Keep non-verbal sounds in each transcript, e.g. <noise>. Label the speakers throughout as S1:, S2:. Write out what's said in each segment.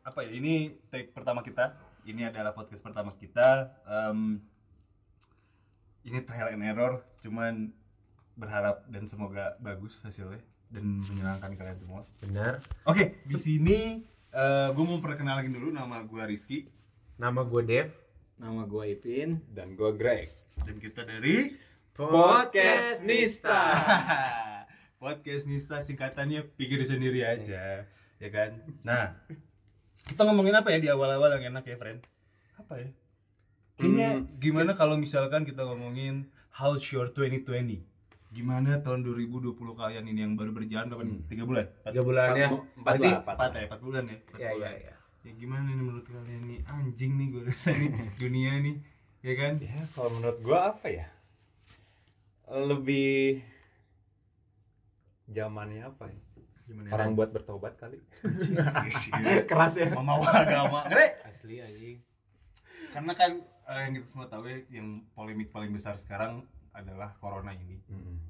S1: apa ya ini take pertama kita ini adalah podcast pertama kita Em, ini trial and error cuman berharap dan semoga bagus hasilnya dan menyenangkan kalian semua
S2: Benar.
S1: oke di sini gue mau perkenalkan dulu nama gue Rizky
S2: Nama gue Dev.
S3: Nama gue Ipin.
S4: dan gue Greg
S1: dan kita dari
S3: Podcast Nista.
S1: <laughs> podcast Nista singkatannya pikir sendiri aja ya kan nah kita ngomongin apa ya di awal-awal yang enak ya friend apa ya Hmm, kayaknya gimana kalau misalkan kita ngomongin how's your 2020 gimana tahun 2020 kalian ini yang baru berjalan berapa nih? tiga bulan Hmm. empat,
S2: Tiga bulan ya.
S4: empat
S2: Berarti-
S4: lah empat
S1: empat ya empat bulan ya empat
S2: Ya ya
S1: bulan.
S2: ya.
S1: Ya, gimana nih menurut kalian nih anjing nih gue rasa <laughs> nih dunia nih ya kan
S4: ya kalau menurut gue apa ya lebih zamannya apa ya
S1: gimana ya?
S4: orang buat bertobat kali
S1: <laughs>
S2: Keras ya.
S1: memawa agama Ngeri.
S4: asli anjing
S1: karena kan eh, yang kita semua tahu ya yang polemik paling besar sekarang adalah corona ini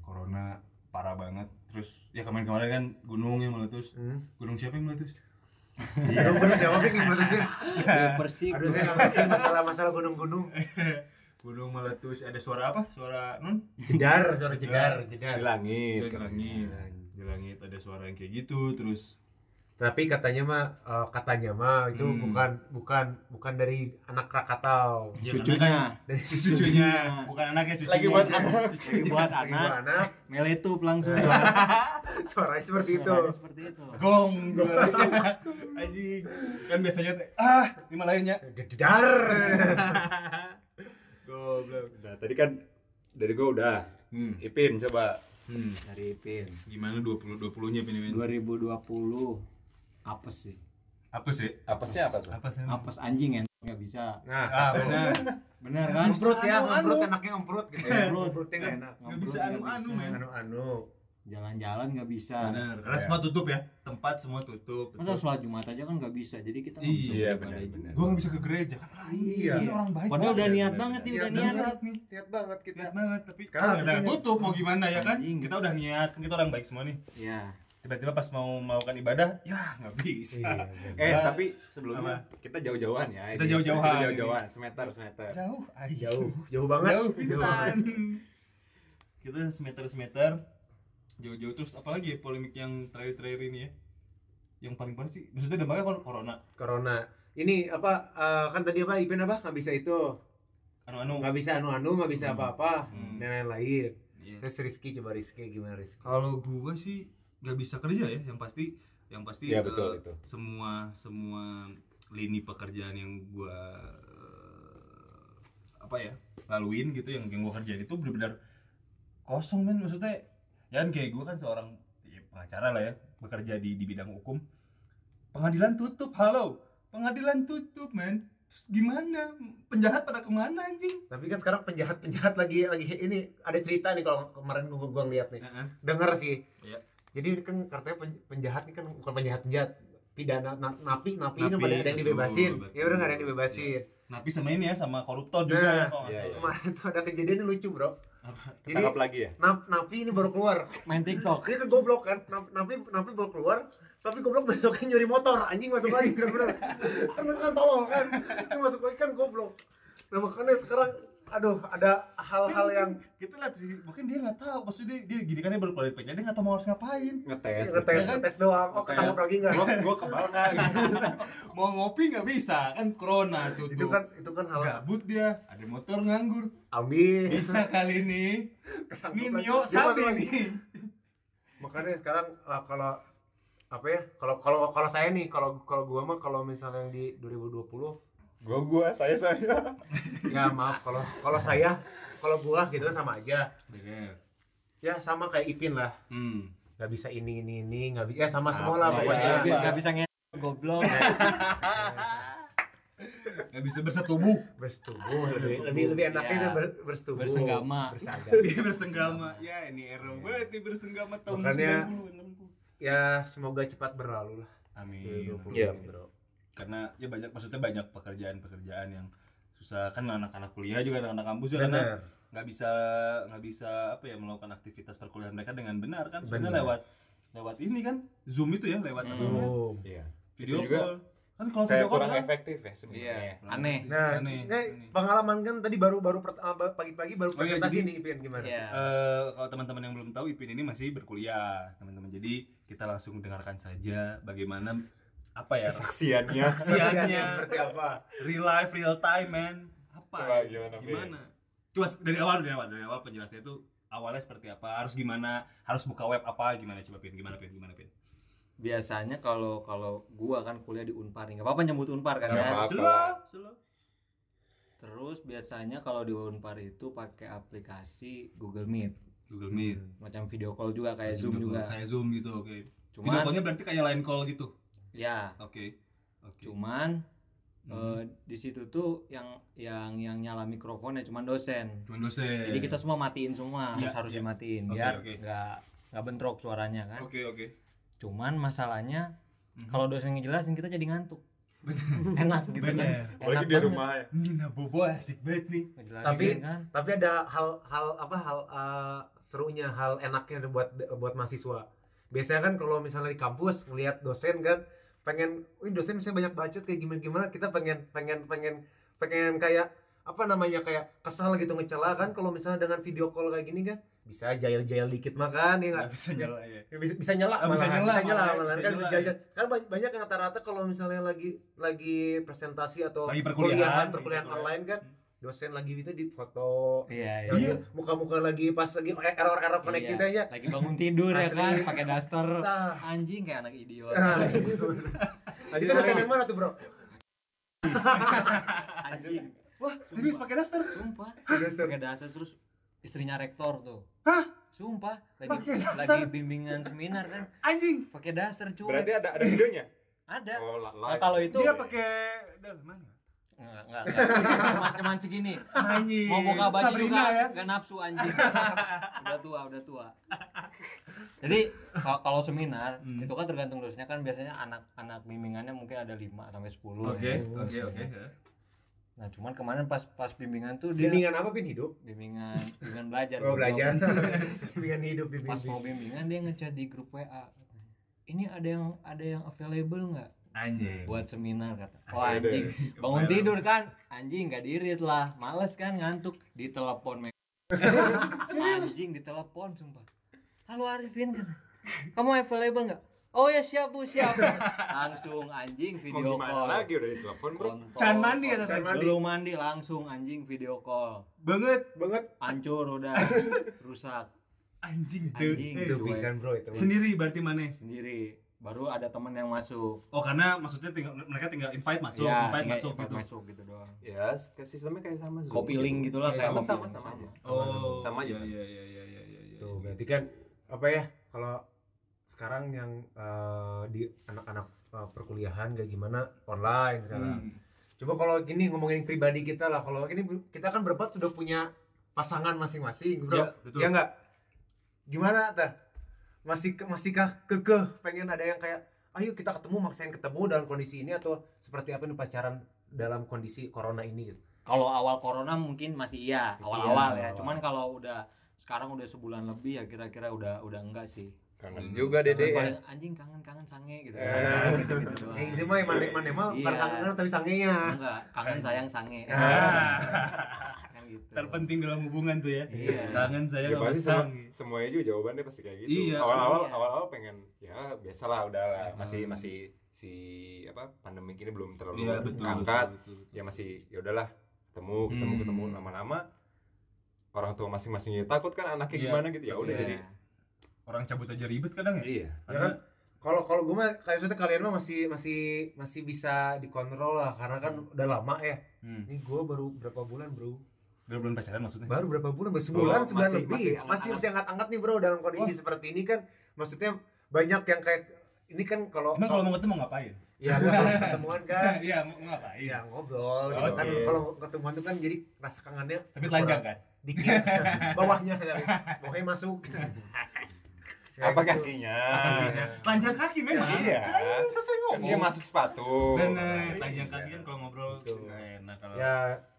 S1: corona parah banget terus ya kemarin-kemarin kan gunung yang meletus
S2: Hmm.
S1: gunung siapa yang meletus
S4: Iya.
S2: Gunung gunung siapa sih yang ngurusin?
S3: Persik.
S2: Aduh saya nggak ngerti masalah-masalah gunung-gunung.
S1: gunung meletus ada suara apa suara nun
S2: Jedar, suara jedar,
S4: di
S2: jedar.
S4: langit
S1: di langit di langit ada suara yang kayak gitu terus
S2: Tapi katanya mah eh, katanya mah itu
S1: Hmm.
S2: bukan bukan bukan dari anak Krakatau.
S1: ya,
S2: Iya,
S3: Cucunya.
S1: karena kan- <laughs> cucunya bukan anaknya cucunya
S3: Lagi buat
S1: anak
S3: anak. Lagi buat
S2: Dari
S3: anak.
S2: anak.
S3: Meletup langsung.
S2: Suaranya seperti itu.
S3: Suaranya Seperti itu.
S1: <laughs> gong <laughs> anjing kan biasanya teh, ah ini malahnya
S2: Jedar.
S1: goblok
S4: Udah, tadi kan dari gue udah
S1: hmm.
S4: Ipin coba
S1: hmm.
S3: Dari Ipin.
S1: gimana 20 20 nya Pin, Pin?
S3: 2020 apes sih.
S1: apa sih
S4: apa sih apa tuh
S1: apa sih
S3: Apes anjing ya nggak bisa.
S2: Nah,
S1: ah
S2: satu.
S1: benar
S3: Bener kan?
S2: Ngemprut ya,
S1: Anu,
S2: ngemprut
S1: anu.
S2: anaknya ngemprut gitu.
S3: Ngemprut.
S2: Ngemprutnya nggak enak.
S1: Nggak bisa
S3: Ngobrol
S1: anu-anu,
S3: nggak bisa.
S1: men.
S2: Anu-anu.
S3: Jalan-jalan nggak bisa.
S1: benar karena
S4: Ya.
S1: semua tutup ya tempat semua tutup
S3: Masa sholat Jumat aja kan nggak bisa. Jadi kita nggak bisa
S1: Iya,
S3: beribadah juga.
S4: benar-benar.
S1: gue nggak bisa ke gereja kan
S2: Iya.
S1: Ini orang baik
S3: Padahal udah
S1: banget.
S3: niat banget nih,
S2: Iya,
S3: udah
S2: bener.
S3: niat.
S1: nih
S2: Lihat banget kita.
S1: niat banget tapi
S2: Sekarang
S1: sekarang udah
S2: kita-
S1: tutup mau gimana ya kan
S3: Anjing.
S1: kita udah niat kan kita orang baik semua nih
S3: Iya.
S1: tiba-tiba pas mau melakukan ibadah ya nggak
S2: Iya,
S1: bisa
S4: eh
S1: Apa?
S4: tapi sebelumnya kita jauh-jauhan ya
S1: Kita
S4: ini.
S1: jauh-jauhan.
S4: Kita jauh-jauhan semeter semeter
S1: jauh ay.
S2: Jauh, Eh, jauh banget.
S1: jauh
S2: banget.
S1: pisan kita semeter semeter jauh-jauh terus apalagi ya polemik yang terakhir-terakhir ini ya yang paling parah sih maksudnya dampaknya kan corona
S2: Corona. Ini apa eh, kan tadi apa Ipin apa nggak bisa itu
S1: anu-anu
S2: nggak bisa anu-anu nggak bisa
S1: Hmm.
S2: apa-apa
S1: Hmm.
S2: dan lain-lain
S1: Iya.
S2: terus Rizky coba Rizky gimana Rizky
S1: kalau gua sih nggak bisa kerja ya yang pasti yang pasti eh,
S4: ya betul itu
S1: semua semua lini pekerjaan yang gua eh, apa ya laluin gitu yang yang gua kerjain itu benar-benar kosong men maksudnya ya kan kayak gua kan seorang ya, pengacara lah ya bekerja di di bidang hukum pengadilan tutup halo pengadilan tutup men Terus gimana penjahat pada kemana anjing
S2: tapi kan sekarang penjahat penjahat lagi lagi ini ada cerita nih kalau kemarin gua gua ngeliat nih
S1: Heeh.
S2: dengar sih
S1: Iya.
S2: jadi ini kan katanya pen- penjahat ini kan bukan penjahat penjahat pidana na- napi napi ini
S1: Napi,
S2: pada ada yang
S1: betul,
S2: dibebasin
S1: betul.
S2: ya udah nggak ada yang dibebasin
S1: tapi sama ini ya sama koruptor juga ya,
S2: Nah,
S1: kalau nggak
S4: iya,
S1: salah.
S4: iya.
S2: kemarin tuh ada kejadian yang lucu bro jadi
S4: tangkap lagi ya
S2: nap- napi ini baru keluar
S3: Main TikTok.
S2: dia kan goblok kan Nap- napi napi baru keluar tapi goblok besoknya nyuri motor anjing masuk lagi kan bener kan itu kan tolol kan itu masuk lagi kan goblok nah makanya sekarang aduh ada hal-hal yang
S1: kita lihat sih mungkin dia nggak tahu maksudnya dia, dia gini kan dia baru keluar dari penjara dia nggak tahu mau harus ngapain
S4: ngetes
S2: ngetes ngetes doang oh
S4: Ngetes.
S2: ketangkap lagi nggak
S4: gue gue kebal nggak gitu
S1: mau ngopi nggak bisa kan corona tuh
S2: itu kan itu kan hal
S1: gabut dia ada motor nganggur
S2: amin
S1: bisa kali ini
S2: Ketangkap
S1: ini
S2: lagi.
S1: Mio
S2: Dia
S1: sapi
S2: masuk lagi.
S1: nih
S2: makanya sekarang eh, kalau apa ya kalau kalau kalau saya nih kalau kalau gua mah kalau misalnya yang di 2020
S4: gue gue saya saya
S2: <laughs> ya maaf kalau kalau saya kalau gua gitu kan sama aja ya sama kayak Ipin lah
S1: hmm.
S2: nggak bisa ini ini ini nggak bisa ya sama semua
S4: Apa
S2: lah
S3: iya,
S4: ya?
S2: pokoknya
S3: Nggak bisa- nggak bisa nge- goblok.
S1: nggak bisa bersetubuh
S2: bersetubuh lebih lebih, lebih enaknya
S3: Iya.
S2: itu ber, bersetubuh
S3: Bersenggama.
S2: bersanggama
S1: <laughs> dia bersenggama ya ini Ero berarti bersenggama tahun
S2: Iya, Makanya-
S1: 90
S2: ya semoga cepat berlalu lah
S1: 60 amin
S2: 2020
S4: Iya.
S2: ini, bro
S1: karena ya banyak maksudnya banyak pekerjaan-pekerjaan yang susah kan anak-anak kuliah juga anak-anak kampus juga kan
S2: benar
S1: nggak bisa nggak bisa apa ya melakukan aktivitas perkuliahan mereka dengan benar kan sebenarnya
S2: Benar.
S1: lewat lewat ini kan zoom itu ya lewat
S3: Hmm.
S1: apa namanya?
S2: zoom
S4: iya
S1: video
S4: Itu juga
S1: call kan kan kalau
S4: Kayak
S1: video call
S4: kurang
S1: kan-
S4: efektif ya sebenarnya.
S1: Kurang
S3: Aneh.
S1: efektif,
S2: Nah,
S1: aneh,
S2: ini
S1: aneh.
S2: pengalaman kan tadi baru baru pert- eh, pagi-pagi baru
S1: Oh iya,
S2: presentasi
S1: jadi-
S2: nih Ipin gimana?
S3: Iya.
S1: Eh, kalau teman-teman yang belum tahu Ipin ini masih berkuliah teman-teman jadi kita langsung dengarkan saja bagaimana apa ya
S4: Kesaksiannya.
S1: kesaksiannya
S2: seperti apa?
S1: real life real time man apa
S4: Coba gimana, Vin?
S1: gimana coba dari awal dari awal dari awal penjelasannya itu awalnya seperti apa harus gimana harus buka web apa gimana coba pin gimana pin gimana pin
S3: Biasanya kalau kalau gua kan kuliah di Unpar nih. Enggak apa-apa nyebut Unpar kan
S4: Nggak
S3: ya.
S4: apa-apa.
S1: Slow, slow.
S3: Terus biasanya kalau di Unpar itu pakai aplikasi Google Meet.
S1: Google Meet
S3: Macam video call juga kayak Zoom
S1: Video call.
S3: juga.
S1: kayak zoom gitu oke video
S3: Cuman
S1: callnya berarti kayak line call gitu
S3: ya,
S1: oke oke
S3: cuman
S1: Hmm.
S3: eh, di situ tuh yang yang yang nyala mikrofonnya cuman dosen.
S1: cuman dosen
S3: Jadi kita semua matiin semua,
S1: Iya,
S3: harus harus
S1: iya.
S3: dimatiin
S1: Oke,
S3: biar
S1: oke.
S3: nggak nggak bentrok suaranya kan.
S1: oke oke
S3: Cuman masalahnya
S1: Mhm.
S3: kalau dosen ngejelasin kita jadi ngantuk.
S1: Bener.
S3: Enak gitu kan.
S1: bener
S4: Apalagi
S3: Enak
S4: di
S3: banget.
S4: rumah ya.
S1: Nina Bobo asik banget nih
S3: Ngejelasin
S2: Tapi-
S3: kan.
S2: Tapi ada hal-hal apa hal eh, serunya, hal enaknya buat buat mahasiswa. Biasanya kan kalau misalnya di kampus ngelihat dosen kan pengen, wih dosen misalnya banyak bacot kayak gimana gimana, kita pengen pengen pengen pengen kayak apa namanya kayak kesal gitu ngecela kan kalau misalnya dengan video call kayak gini kan bisa jail-jail dikit makan ya nggak?
S1: nggak bisa nyala ya
S2: Ya, bisa, bisa nyela
S1: Ah, bisa
S2: malahan,
S1: nyela
S2: bisa nyela
S1: malah,
S2: malahan
S1: bisa
S2: kan bisa
S1: nyela,
S2: jajan. Kan ba- banyak yang rata-rata kalau misalnya lagi lagi presentasi atau
S1: Lagi perkuliahan,
S2: perkuliahan,
S1: lagi
S2: perkuliahan
S1: perkuliahan.
S2: online kan dosen lagi itu di foto
S3: Iya, iya.
S2: lagi muka-muka lagi pas lagi e-, error-error koneksi
S3: Iya.
S2: teh ya
S3: Lagi
S1: <laughs>
S3: bangun tidur ya
S2: Asli.
S3: kan, pakai daster.
S2: Nah,
S3: Anjing kayak anak
S2: <laughs>
S3: idiot.
S2: nah,
S1: Iya.
S2: gitu.
S4: Lagi
S2: itu dosen
S4: main.
S2: yang mana tuh bro?
S3: Anjing.
S1: wah serius pakai daster
S3: Sumpah.
S2: Dosen.
S3: Pakai daster terus istrinya rektor tuh.
S1: Hah?
S3: Sumpah, lagi
S1: Pakai daster?
S3: lagi bimbingan seminar kan,
S1: anjing
S3: pakai daster cuy.
S4: <laughs> Berarti ada ada videonya.
S3: Ada.
S4: Oh, la-
S3: Nah,
S4: live.
S3: kalau itu
S1: dia pakai dalam mana
S3: Enggak, enggak, enggak. Cuman- Cuman segini.
S1: anjing
S3: <laughs> Mau buka baju
S1: Sabrina
S3: juga
S1: ya
S3: enggak nafsu anjing. udah tua, udah tua. Jadi ka- kalau seminar
S1: Hmm.
S3: itu kan tergantung dosennya kan biasanya anak-anak bimbingannya mungkin ada 5 sampai 10.
S1: oke
S3: ya.
S1: oke oke
S3: Nah, cuman kemarin pas pas bimbingan tuh dia bimbingan
S2: bimbingan apa pin hidup?
S3: bimbingan,
S4: <laughs>
S3: belajar.
S2: Oh,
S3: goblok.
S2: belajar <laughs> bimbingan hidup bimbingan
S3: Pas mau bimbingan dia ngechat di grup WA. Ini ada yang ada yang available nggak
S1: anjing
S3: buat seminar kata. Oh
S4: Ada. <laughs>
S3: anjing, bangun tidur kan anjing nggak diirit lah males kan ngantuk ditelepon
S4: <laughs>
S3: me- anjing ditelepon sumpah halo Arifin kata kamu available nggak oh ya siap bu siap langsung anjing
S4: Mau
S3: video
S4: gimana
S3: call
S4: lagi udah ditelepon, Bro.
S3: Kontol,
S1: Can mandi ya,
S3: kontol.
S2: Can mandi.
S3: belum mandi langsung anjing video call
S1: banget
S2: banget
S3: hancur
S4: <laughs>
S3: udah rusak
S1: anjing tuh
S3: Anjing.
S1: Eh,
S2: itu
S3: Cuek.
S2: pisan bro itu
S1: sendiri berarti mana
S3: sendiri baru ada teman yang masuk Iya,
S1: oh karena maksudnya tinggal mereka tinggal invite masuk invite
S3: kayak
S1: masuk
S3: invite
S1: gitu
S3: masuk gitu doang
S4: Ya, s- ke- sistemnya kayak sama Zoom.
S3: copy link gitu lah
S4: Iya,
S3: kayak
S4: sama,
S3: copy
S4: sama,
S3: link
S4: sama aja.
S1: oh
S4: Sama aja,
S1: ya
S4: sama.
S1: ya ya ya ya ya ya.
S2: Tuh, berarti kan apa ya kalau sekarang yang eh, di anak-anak eh, perkuliahan kayak gimana online segala.
S1: Hmm.
S2: Coba kalau gini ngomongin pribadi kita lah, kalau gini kita kan berempat sudah punya pasangan
S1: ya
S2: masing-masing, Bro.
S1: betul
S2: Ya enggak? Gimana tah? Masih ke- masihkah kekeh pengen ada yang kayak ayo kita ketemu maksain ketemu dalam kondisi ini atau seperti apa nih pacaran dalam kondisi corona ini gitu.
S3: kalau awal corona mungkin masih iya
S2: Masih iya,
S3: awal-awal ya
S2: awal-awal.
S3: cuman kalau udah sekarang udah sebulan lebih ya kira-kira udah udah enggak sih
S4: Kangen juga Dede. ya.
S3: Paling, anjing kangen kangen sange gitu
S4: Eh.
S3: gitu, gitu doang.
S2: Eh, itu mah mana mana mah
S3: Iya.
S2: bukan kangen tapi sangenya.
S3: enggak kangen sayang sange
S4: Eh.
S1: Ah.
S3: <laughs> kan gitu
S1: terpenting dalam hubungan tuh ya
S3: Iya.
S1: kangen saya
S4: Ya
S1: nggak
S4: pasti
S1: usah
S4: semua, semuanya juga jawabannya pasti kayak gitu.
S1: Iya,
S4: awal-awal
S3: iya.
S4: awal-awal pengen ya biasalah udahlah
S1: Iya.
S4: masih masih si apa pandemi ini belum terlalu
S1: iya betul
S4: angkat.
S1: betul, betul, betul.
S4: Ya masih ya udahlah ketemu ketemu
S1: Hmm.
S4: ketemu lama-lama orang tua masing-masing ya takut kan anaknya
S1: Iya.
S4: gimana gitu ya udah
S1: Iya.
S4: jadi
S1: orang cabut aja ribet kadang ya
S4: iya
S2: Ya kan? Kalau kalau gue mah kayak maksudnya kalian mah masih masih masih bisa dikontrol lah karena kan udah lama ya.
S1: Hmm.
S2: Ini gue baru berapa bulan bro?
S1: Udah bulan pacaran maksudnya?
S2: Baru berapa bulan? Baru sebulan,
S4: Oh,
S2: sebulan
S4: masih-
S2: lebih.
S4: masih
S2: Masih
S4: anget-anget.
S2: masih, angkat-angkat nih bro dalam kondisi seperti ini kan. Maksudnya banyak yang kayak ini kan kalau
S1: Emang kalau mau ketemu ngapain?
S2: ya kalau ketemuan kan
S1: <laughs> Iya, mau mau ngapain?
S2: ya ngobrol gitu
S1: Oke.
S2: kan kalau ketemuan tuh kan jadi rasa kangennya
S1: Tapi telanjang
S2: Iya.
S1: kan?
S2: dikit <laughs> bawahnya dari bawahnya
S1: <laughs>
S2: masuk Ya,
S4: apa
S2: gitu.
S4: kakinya
S1: Telanjang kaki memang.
S4: Iya.
S1: Karena ini belum selesai
S4: kan dia
S1: ngomong.
S4: masuk sepatu
S1: Bener,
S4: Iya.
S1: telanjang kaki kan kalau ngobrol
S2: Betul.
S1: nggak enak kalau.
S2: ya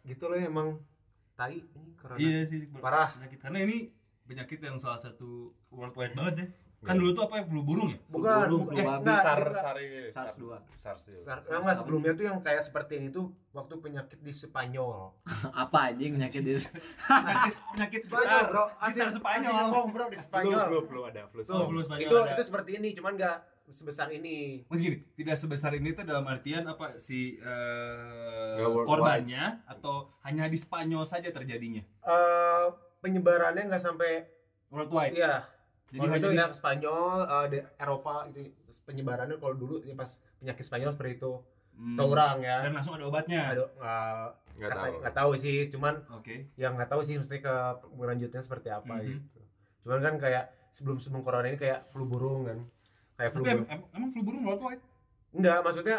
S2: gitu loh emang tai ini corona
S1: Iya sih,
S2: Parah.
S1: penyakit. Karena ini penyakit yang salah satu worldwide banget ya.
S4: Iya.
S1: kan dulu tuh apa ya flu burung ya
S2: bukan
S3: Burung,
S2: bukan- Eh,
S3: flu babi,
S2: enggak,
S4: sar
S2: enggak.
S4: sar
S3: SARS dua.
S4: SARS dua.
S2: Sar- enggak, sebelumnya tuh yang kayak seperti ini tuh waktu penyakit di Spanyol.
S3: apa anjing penyakit di
S1: penyakit
S2: Spanyol,
S1: sebentar
S2: bro. Asli
S1: gitar Spanyol.
S2: asli ngomong, bro, di
S4: Flu,
S2: Spanyol.
S4: flu, flu Oh, ada flu.
S2: Tuh,
S1: flu Spanyol
S2: itu
S1: ada.
S2: itu seperti ini, cuman enggak sebesar ini.
S1: Mas gini, tidak sebesar ini tuh dalam artian apa si eh,
S4: Nggak worldwide.
S1: korbannya atau hanya di Spanyol saja terjadinya
S2: Eh, penyebarannya enggak sampai
S1: worldwide.
S2: iya.
S1: Jadi
S2: Jadi itu
S1: hanya di
S2: yang Spanyol, eh, di Eropa itu penyebarannya kalau dulu ya pas penyakit Spanyol seperti itu.
S1: Hmm.
S2: Setahu orang ya.
S1: Dan langsung ada obatnya.
S2: Aduh, enggak
S4: Enggak tahu.
S2: enggak tahu sih, cuman
S1: Oke.
S2: yang Ya, nggak tahu sih mesti ke berlanjutnya seperti apa
S1: Mhm.
S2: gitu. Cuman kan kayak sebelum sebelum corona ini kayak flu burung kan, kayak flu
S1: Tapi em-
S2: burung.
S1: em- emang flu burung worldwide?
S2: Enggak, maksudnya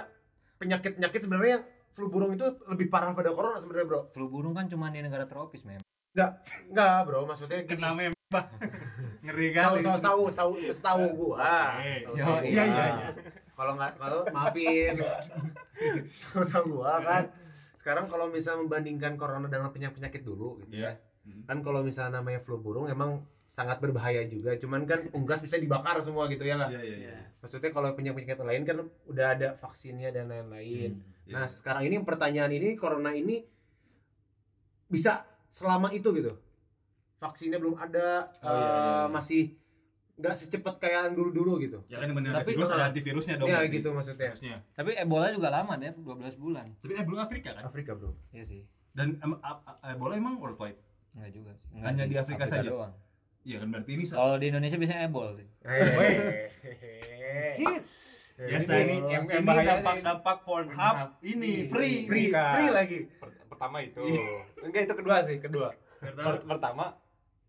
S2: penyakit penyakit sebenarnya yang flu burung itu lebih parah pada corona sebenarnya bro.
S3: flu burung kan cuma di negara tropis mem
S2: Enggak bro, maksudnya
S1: Kena memang. Ngeri
S2: tahu
S1: kali.
S2: tahu tahu tahu setahu gua.
S1: Oke.
S2: Setahu
S3: Yo,
S2: gua.
S3: iya, iya,
S1: iya.
S2: Kalau nggak kalau maafin. <laughs> tahu tahu gua kan. Sekarang kalau misalnya membandingkan corona dengan penyakit penyakit dulu gitu ya.
S1: Iya.
S2: kan kalau misalnya namanya flu burung emang sangat berbahaya juga cuman kan unggas bisa dibakar semua gitu ya nggak
S1: Iya, iya, iya.
S2: maksudnya kalau penyakit-penyakit lain kan udah ada vaksinnya dan lain-lain
S1: Iya.
S2: nah sekarang ini pertanyaan ini corona ini bisa selama itu gitu vaksinnya belum ada
S1: Oh, iya, iya,
S2: eh,
S1: iya.
S2: masih nggak secepat kayak yang dulu-dulu gitu
S1: ya kan benar ada
S2: Tapi-
S1: virus ada antivirusnya dong.
S2: ya
S1: berarti.
S2: gitu maksudnya
S1: Harusnya.
S3: tapi Ebola juga lama deh 12 bulan
S1: Tapi eh belum Afrika kan?
S2: Afrika bro
S3: iya sih
S1: Dan em, a- a- Ebola emang worldwide.
S3: enggak juga sih
S1: Hanya
S3: sih.
S1: di Afrika saja?
S3: doang
S1: Iya kan berarti ini sa-
S3: kalau di Indonesia biasanya Ebola sih
S2: Eh. hehehe
S3: Sis.
S1: biasa
S2: iya. Ini-
S1: ini
S2: yang- yang
S1: ini
S2: bahaya
S1: dampak-dampak Pornhub ini free
S2: free, kan? free lagi
S4: Per- Pertama itu.
S1: Iya.
S2: enggak itu kedua sih kedua
S1: Pertama-
S4: Per- Pertama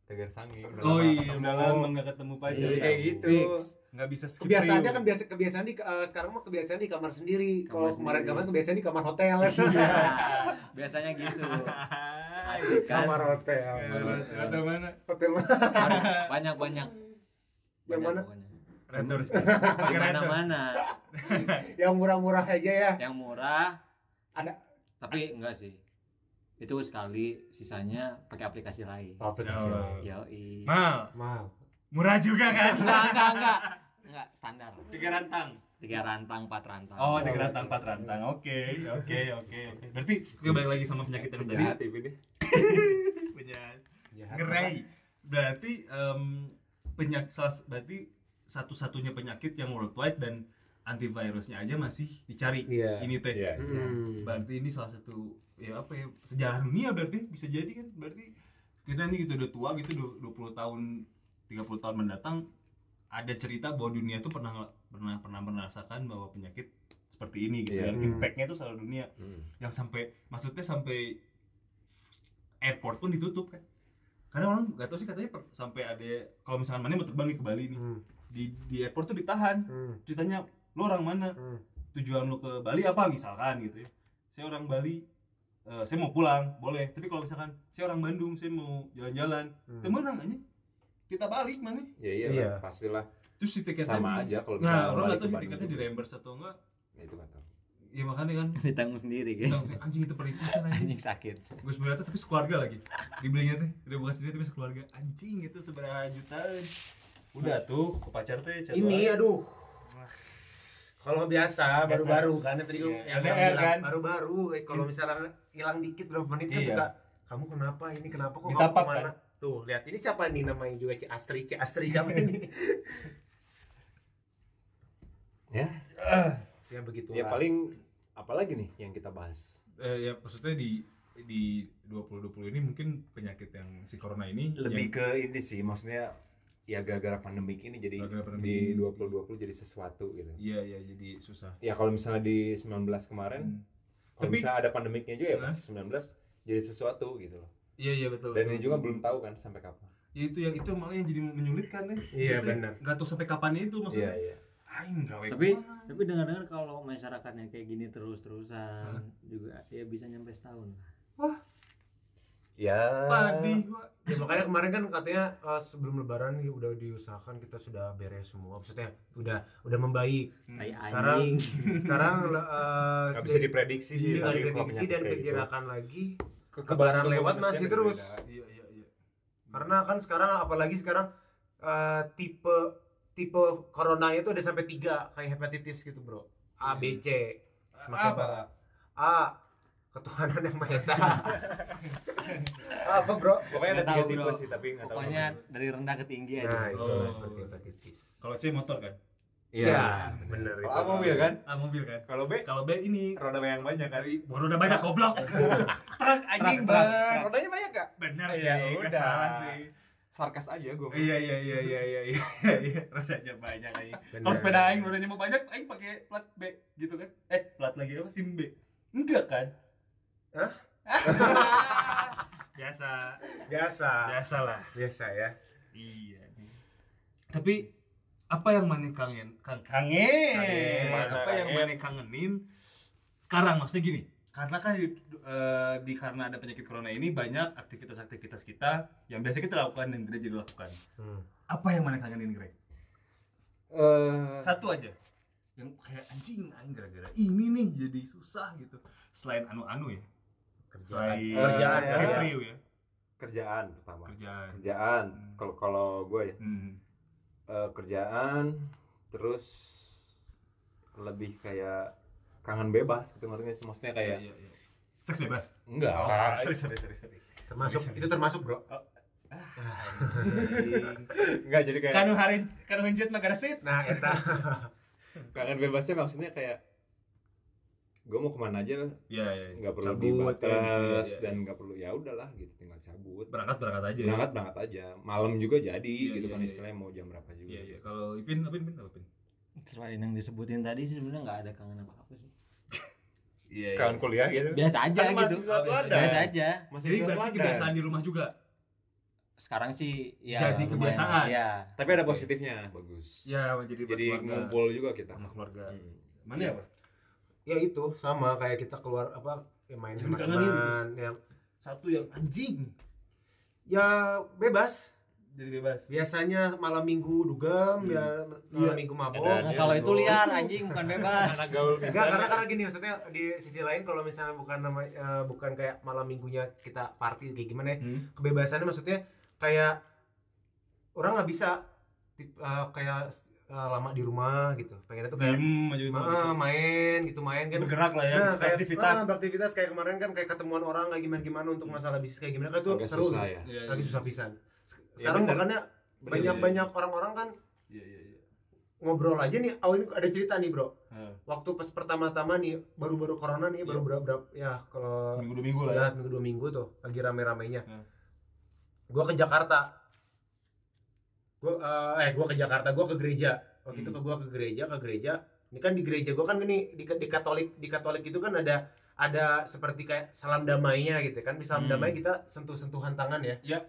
S4: tegar sangi. udah
S1: Oh
S4: lama
S1: iya,
S4: ketemu.
S1: udah lama nggak ketemu pacar.
S2: Iya,
S1: ya.
S2: kayak gitu.
S1: Fix. Nggak bisa skip.
S2: kebiasaannya
S1: reel.
S2: kan biasa kebiasaan di eh, sekarang mah kebiasaan di kamar sendiri kalau
S3: Kamar
S2: kemarin
S3: sendiri. Iya.
S2: kemarin kebiasaan di kamar
S3: <laughs>
S2: hotel
S3: <laughs> biasanya gitu
S1: Asik.
S3: asik kan
S2: hotel
S1: Iya. Rata mana?
S2: hotel
S3: banyak banyak
S2: yang mana
S1: Rata
S3: di mana mana
S2: yang murah-murah aja ya
S3: yang murah
S2: Ada.
S3: tapi enggak sih itu sekali sisanya pakai aplikasi lain
S1: aplikasi lain.
S3: Iya. yoi
S1: Ya Mal,
S2: mahal
S1: murah juga kan?
S3: enggak enggak enggak enggak standar
S1: Tiga rantang.
S3: tiga rantang empat rantang
S1: Oh, tiga rantang, empat rantang. Oke, oke, oke, oke. Berarti gue balik lagi sama penyakit yang tadi.
S4: Jahat ibu nih.
S1: Punya Ngerai. Berarti penyakit berarti satu-satunya penyakit yang worldwide dan antivirusnya aja masih dicari.
S2: iya
S1: Ini teh.
S4: Iya.
S2: Hmm.
S1: Berarti ini salah satu ya apa ya sejarah dunia berarti bisa jadi kan berarti kita nih gitu udah tua gitu du- 20 tahun 30 tahun mendatang ada cerita bahwa dunia tuh pernah ngel- pernah pernah merasakan bahwa penyakit seperti ini gitu
S4: Iya.
S1: yang
S2: Hmm.
S1: impactnya tuh seluruh dunia
S4: Hmm.
S1: yang sampai maksudnya sampai airport pun ditutup kan karena orang nggak tahu sih katanya per- sampai ada kalau misalkan mana mau terbang nih ke Bali nih
S2: Hmm.
S1: di di airport tuh ditahan
S2: Hmm.
S1: ceritanya lo orang mana
S2: Hmm.
S1: tujuan lo ke Bali apa misalkan gitu ya saya orang Bali eh, saya mau pulang boleh tapi kalau misalkan saya orang Bandung saya mau jalan-jalan
S2: Hmm.
S1: temen aja kita balik mana
S4: Ya
S2: Iya.
S4: iya, pastilah
S1: terus si tiketnya
S4: sama
S1: di-
S4: aja kalau
S1: nah orang nggak
S4: balik
S1: tahu
S4: ke
S1: si tiketnya di
S4: Bandung.
S1: reimburse atau enggak
S4: Ya, Itu nggak tahu.
S1: ya makanya kan
S3: <laughs> ditanggung sendiri
S1: kita
S3: gitu
S1: langsung, anjing itu perintisan anjing
S3: anjing sakit
S1: gue sebenarnya tuh tapi sekeluarga lagi dibelinya teh udah bukan sendiri tapi sekeluarga anjing itu seberapa jutaan udah tuh ke pacar teh chat
S2: ini
S1: doang.
S2: aduh kalau biasa
S1: Biasa.
S2: baru-baru kan yang tadi gue
S1: Iya,
S2: yang
S1: LDR
S2: bilang,
S1: kan.
S2: baru-baru eh, kalau misalnya hilang dikit berapa menit kan
S1: Iya.
S2: suka kamu kenapa ini kenapa kok
S1: Minta
S2: kamu
S1: pap,
S2: kemana tuh lihat ini siapa nih namanya juga Ci Astri Ci Astri siapa ini
S4: Ya,
S2: <clears throat> ya begitu
S4: ya paling apalagi nih yang kita bahas.
S1: eh, ya maksudnya di di 2020 ini mungkin penyakit yang si corona ini
S4: lebih ke ini sih maksudnya ya gara-gara pandemik ini jadi
S1: Gara-gara pandemi.
S4: di 2020 jadi sesuatu gitu
S1: yang- iya iya jadi susah
S4: ya kalau misalnya di 19 kemarin kalau
S1: Hmm. Tapi-
S4: misalnya ada pandemiknya juga ya
S1: Hah?
S4: pasti 19 jadi sesuatu gitu loh
S1: iya iya betul
S4: dan
S1: betul,
S4: ini juga
S1: betul.
S4: belum tahu kan sampai kapan
S1: ya itu yang itu malah yang jadi menyulitkan ya
S2: Iya,
S1: Maksudnya
S2: benar.
S1: nggak tahu sampai kapannya itu
S4: iya
S1: maksudnya ya
S4: iya
S1: aing gawe
S3: tapi
S1: kemana?
S3: tapi dengar dengar kalau masyarakatnya kayak gini terus terusan juga ya bisa nyampe setahun
S4: ya
S1: padi gua
S2: Ya, makanya kemarin kan katanya eh, sebelum lebaran ya udah diusahakan kita sudah beres semua maksudnya udah udah membaik
S1: Hmm.
S3: tai
S1: <laughs>
S2: Sekarang-
S3: anjing
S2: sekarang eh,
S4: nggak bisa diprediksi
S1: Iya,
S4: sih
S2: sudah
S4: tapi kalau
S2: diprediksi dan
S4: penyakit Iya, kayak gitu,
S2: diperkirakan lagi
S4: kekebalan
S2: lebaran
S4: tubuh
S2: lewat
S4: manusia
S2: masih
S4: beda-beda.
S2: terus
S1: iya iya iya
S2: karena kan sekarang apalagi sekarang eh, tipe tipe coronanya itu ada sampai tiga kayak hepatitis gitu bro A B C
S1: Apa?
S2: Makin parah. A ketuhanan yang maha esa apa bro
S4: Pokoknya ada
S3: Nggak
S4: tiga
S3: tahu,
S4: tipe
S3: bro.
S4: sih, tapi nggak tahu.
S3: Pokoknya dari rendah ke tinggi
S2: nah
S3: aja.
S2: itu
S1: Oh.
S2: seperti hepatitis
S1: Kalau C motor kan?
S4: Iya.
S2: bener
S4: Kalau A mobil kan?
S1: Ah mobil kan.
S4: Kalau B
S1: Kalau B ini
S4: roda yang banyak kan?
S1: baru udah banyak goblok. Truk anjing
S3: Truk, truk,
S1: bang.
S3: truk.
S4: Rodanya banyak gak?
S1: Bener sih,
S4: Iya,
S1: nggak
S4: udah.
S1: salah sih.
S4: Sarkas aja gue.
S1: Iya iya iya iya iya iya iya <laughs> rodanya banyak iya. aja.
S2: Bener.
S1: Kalau sepeda aing rodanya mau banyak aing pakai plat B gitu kan. Eh, plat lagi apa SIM B? Enggak kan? <laughs>
S2: Hah?
S1: biasa,
S2: biasa
S1: biasa lah.
S2: biasa ya
S1: Iya nih. Tapi apa yang mana kangen? Kang kangen.
S2: Kangen,
S4: mana
S1: apa yang
S4: kangen?
S1: mana kangenin? Sekarang maksudnya gini, karena kan di, eh, di- karena ada penyakit corona ini banyak aktivitas-aktivitas kita yang biasa kita lakukan dan tidak jadi lakukan.
S2: Hmm.
S1: Apa yang mana kangenin Greg?
S2: Eh,
S1: Satu aja. Yang kayak anjing anjing gara-gara ini nih jadi susah gitu. Selain anu-anu ya.
S2: kerjaan
S1: Selain
S4: Kerjaan ya.
S1: sakit riuh ya.
S4: kerjaan pertama.
S1: Kerjaan.
S4: Kerjaan.
S1: Hmm.
S4: Kalau kalau gue ya
S1: Hmm.
S4: eh, kerjaan terus lebih kayak kangen bebas gitu ngerti nggak sih? maksudnya kayak
S1: Iya, iya. Seks bebas.
S4: enggak
S1: Oh, sorry, sorry, sorry, sorry.
S2: termasuk
S1: Sorry, sorry.
S2: itu termasuk bro
S4: enggak jadi kayak
S1: Kanu hari kanu hunjut mah gara sit.
S2: nah eta
S4: kangen bebasnya maksudnya kayak gue mau kemana aja
S1: Iya, iya.
S4: nggak perlu
S1: Cabut, ya, iya,
S4: dibatas
S1: iya.
S4: dan nggak perlu ya udahlah gitu tinggal cabut
S1: berangkat berangkat aja. ya.
S4: berangkat berangkat aja malam juga jadi
S1: Iya,
S4: gitu
S1: iya,
S4: kan
S1: iya.
S4: istilahnya mau jam berapa juga gitu.
S1: Iya, iya. Kalau Ipin, Ipin, Ipin, apa Ipin?
S3: Selain yang disebutin tadi sih sebenarnya nggak ada kangen apa apa sih.
S1: Iya,
S4: kangen kuliah gitu
S3: Biasa aja
S4: kan
S3: gitu.
S4: mahasiswa tuh
S1: Oh, iya,
S4: ada
S3: Biasa aja.
S4: masih
S1: Jadi berarti kebiasaan di rumah juga.
S3: Sekarang sih ya
S1: Jadi
S3: lumayan,
S1: kebiasaan.
S3: Ya.
S4: tapi ada
S1: Oke.
S4: positifnya bagus
S1: Iya, jadi
S4: jadi ngumpul juga kita
S1: sama keluarga.
S4: Hmm.
S1: Mana ya, Pak?
S2: ya itu sama kayak kita keluar apa ya main
S1: Yang
S2: sama
S1: dikangenin gitu.
S2: teman ya,
S1: Satu yang anjing.
S2: ya bebas
S1: Jadi bebas.
S4: Iya.
S2: biasanya malam minggu dugem
S1: Hmm.
S2: ya malam
S1: Iya.
S2: minggu mabok
S4: Ada-
S3: Nah,
S4: Iya,
S3: kalau
S4: bro.
S3: itu liar anjing bukan bebas.
S4: anak gaul
S2: Enggak, karena karena gini maksudnya di sisi lain kalau misalnya bukan nama eh, bukan kayak malam minggunya kita party kayak gimana ya
S1: Hmm.
S2: kebebasannya maksudnya kayak orang nggak bisa tip- eh, kayak eh, lama di rumah gitu pengennya tuh kayak
S1: Diem gitu, aja itu.
S2: "Ah, main gitu main kan
S1: Bergerak lah ya,
S2: Nah, kayak
S1: aktivitas.
S2: ah, beraktivitas kayak kemarin kan kayak ketemuan orang kayak gimana gimana untuk masalah bisnis kayak gimana kan tuh
S4: agak
S2: seru
S4: susah
S2: gitu.
S4: ya
S1: Iya,
S2: lagi
S1: iya.
S2: susah pisan
S4: Ya,
S2: sekarang
S4: bener.
S2: makanya
S4: Bener,
S2: banyak banyak orang-orang kan
S1: Iya, iya, iya.
S2: ngobrol aja nih oh ini ada cerita nih bro
S1: Ah,
S2: waktu pas pertama-tama nih baru-baru corona nih baru
S1: Iya.
S2: berapa berapa ya kalau
S1: Seminggu dua minggu lah ya.
S2: ya seminggu dua minggu tuh lagi rame-ramenya
S1: Hmm.
S2: gua ke Jakarta gua eh, eh gua ke Jakarta gua ke gereja waktu itu
S1: Hmm.
S2: ke gua ke gereja ke gereja ini kan di gereja gua kan gini di, di Katolik di Katolik itu kan ada ada seperti kayak salam damainya gitu kan bisa salam
S1: Hmm.
S2: damai kita sentuh-sentuhan tangan ya
S3: Iya.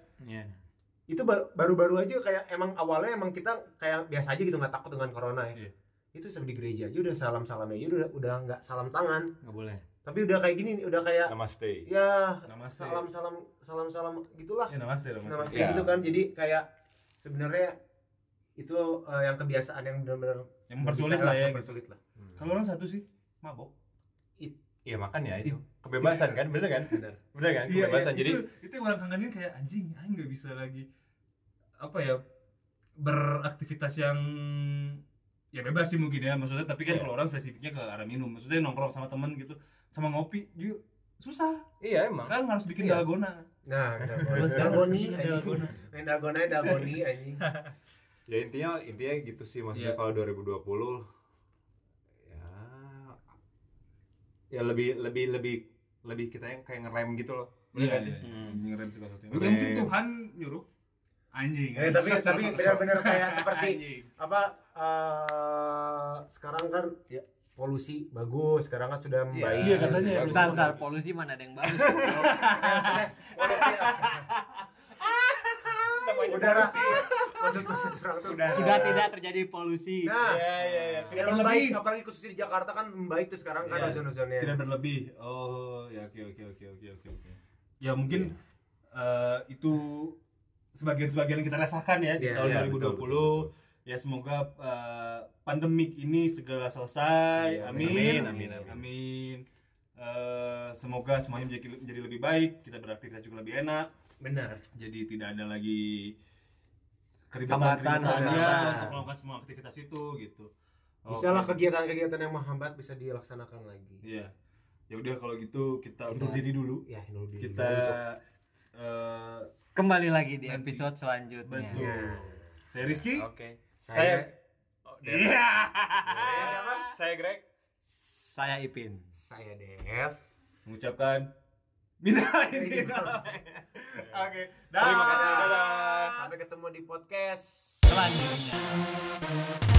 S2: itu ba- baru-baru aja kayak emang awalnya emang kita kayak biasa aja gitu nggak takut dengan corona ya
S1: Iya.
S2: itu sampai di gereja aja udah salam salamnya aja udah udah nggak salam tangan
S3: Nggak boleh.
S2: tapi udah kayak gini nih, udah kayak
S4: namaste
S1: Iya.
S2: ya
S1: Namaste.
S2: salam salam salam salam gitulah
S1: Ya, namaste, namaste.
S2: nah maksudnya
S4: Iya.
S2: gitu kan jadi kayak sebenarnya itu eh, yang kebiasaan yang benar-benar
S1: Yang mempersulit lah ya. gitu.
S2: mempersulit lah
S1: Kalau orang satu sih mabok.
S4: Hmm. Iya makanya itu kebebasan kan bener kan
S2: benar
S4: bener kan kebebasan
S1: Iya,
S4: jadi
S1: itu, itu yang orang kangenin kayak anjing anjing nggak bisa lagi apa ya beraktivitas yang ya bebas sih mungkin ya maksudnya tapi kan
S4: Iya.
S1: kalau orang spesifiknya ke arah minum maksudnya nongkrong sama temen gitu sama ngopi juga susah
S4: iya emang
S1: kan harus bikin
S4: Iya.
S1: dalgona <laughs>
S2: nah
S1: Kalau sekarang
S2: dalgoni
S1: bikin
S2: anjing.
S1: dalgona.
S2: main dalgona dalgoni
S1: <laughs>
S2: anjing
S4: ya intinya intinya gitu sih
S1: Iya.
S4: maksudnya kalau 2020 ya ya lebih lebih lebih lebih kita yang kayak ngerem gitu loh
S1: Iya,
S4: bener nggak sih
S3: Hmm.
S1: Anjing ngerem segala sesuatu.
S4: Ngerem.
S1: Udah mungkin Tuhan nyuruh anjing
S2: Eh, tapi
S1: <laughs>
S2: tapi benar-benar
S4: <laughs>
S2: kayak seperti
S1: Anjing.
S2: apa eh, sekarang kan ya, polusi bagus sekarang kan sudah membaik
S1: Iya, katanya.
S2: ya.
S4: Bagus.
S3: Bentar, bentar, polusi mana ada yang <laughs> bagus?
S4: Namanya
S2: udara
S4: polusi.
S2: maksud maksud orang tuh
S4: Udara.
S3: Sudah tidak terjadi polusi.
S4: Ah.
S2: nah
S1: Iya, iya, iya.
S2: sudah
S1: Tidak
S2: membaik
S1: berlebih.
S2: apalagi khususnya di Jakarta kan membaik tuh sekarang kan
S1: Iya.
S2: ozon ozonnya
S1: Tidak berlebih. Oh, ya oke oke oke oke oke oke. Ya mungkin
S4: Iya.
S1: eh, itu sebagian-sebagian yang kita rasakan ya di
S2: Iya,
S1: tahun
S4: Iya,
S1: 2020.
S4: betul, betul, betul.
S1: Ya semoga eh, pandemik ini segera selesai.
S2: Iya,
S1: amin.
S4: amin, amin, amin.
S1: Amin. Eh, semoga semuanya menjadi, menjadi lebih baik, kita beraktivitas juga lebih enak.
S2: benar
S1: Jadi tidak ada lagi keribatan-keribatan
S3: Hambatan,
S1: ya,
S4: hambatan.
S1: untuk melakukan semua aktivitas itu gitu.
S2: Bisa lah
S1: Oke.
S2: kegiatan-kegiatan yang menghambat bisa dilaksanakan lagi.
S1: Iya. Ya udah kalau gitu kita Iya. undur
S2: Kita-
S1: diri dulu.
S2: Ya, ini lebih-
S1: Kita eh
S3: Kembali lagi di
S1: Nanti.
S3: episode selanjutnya.
S1: Betul. Saya Rizky.
S4: Oke.
S2: Saya-
S4: Saya
S1: Iya.
S2: Saya siapa?
S4: saya Greg.
S3: Saya Ipin.
S2: Saya
S1: <laughs>
S2: Dev.
S1: Mengucapkan minal aidin. <laughs> Oke. Dah.
S2: Terima kasih. Sampai ketemu di podcast.
S3: Selanjutnya.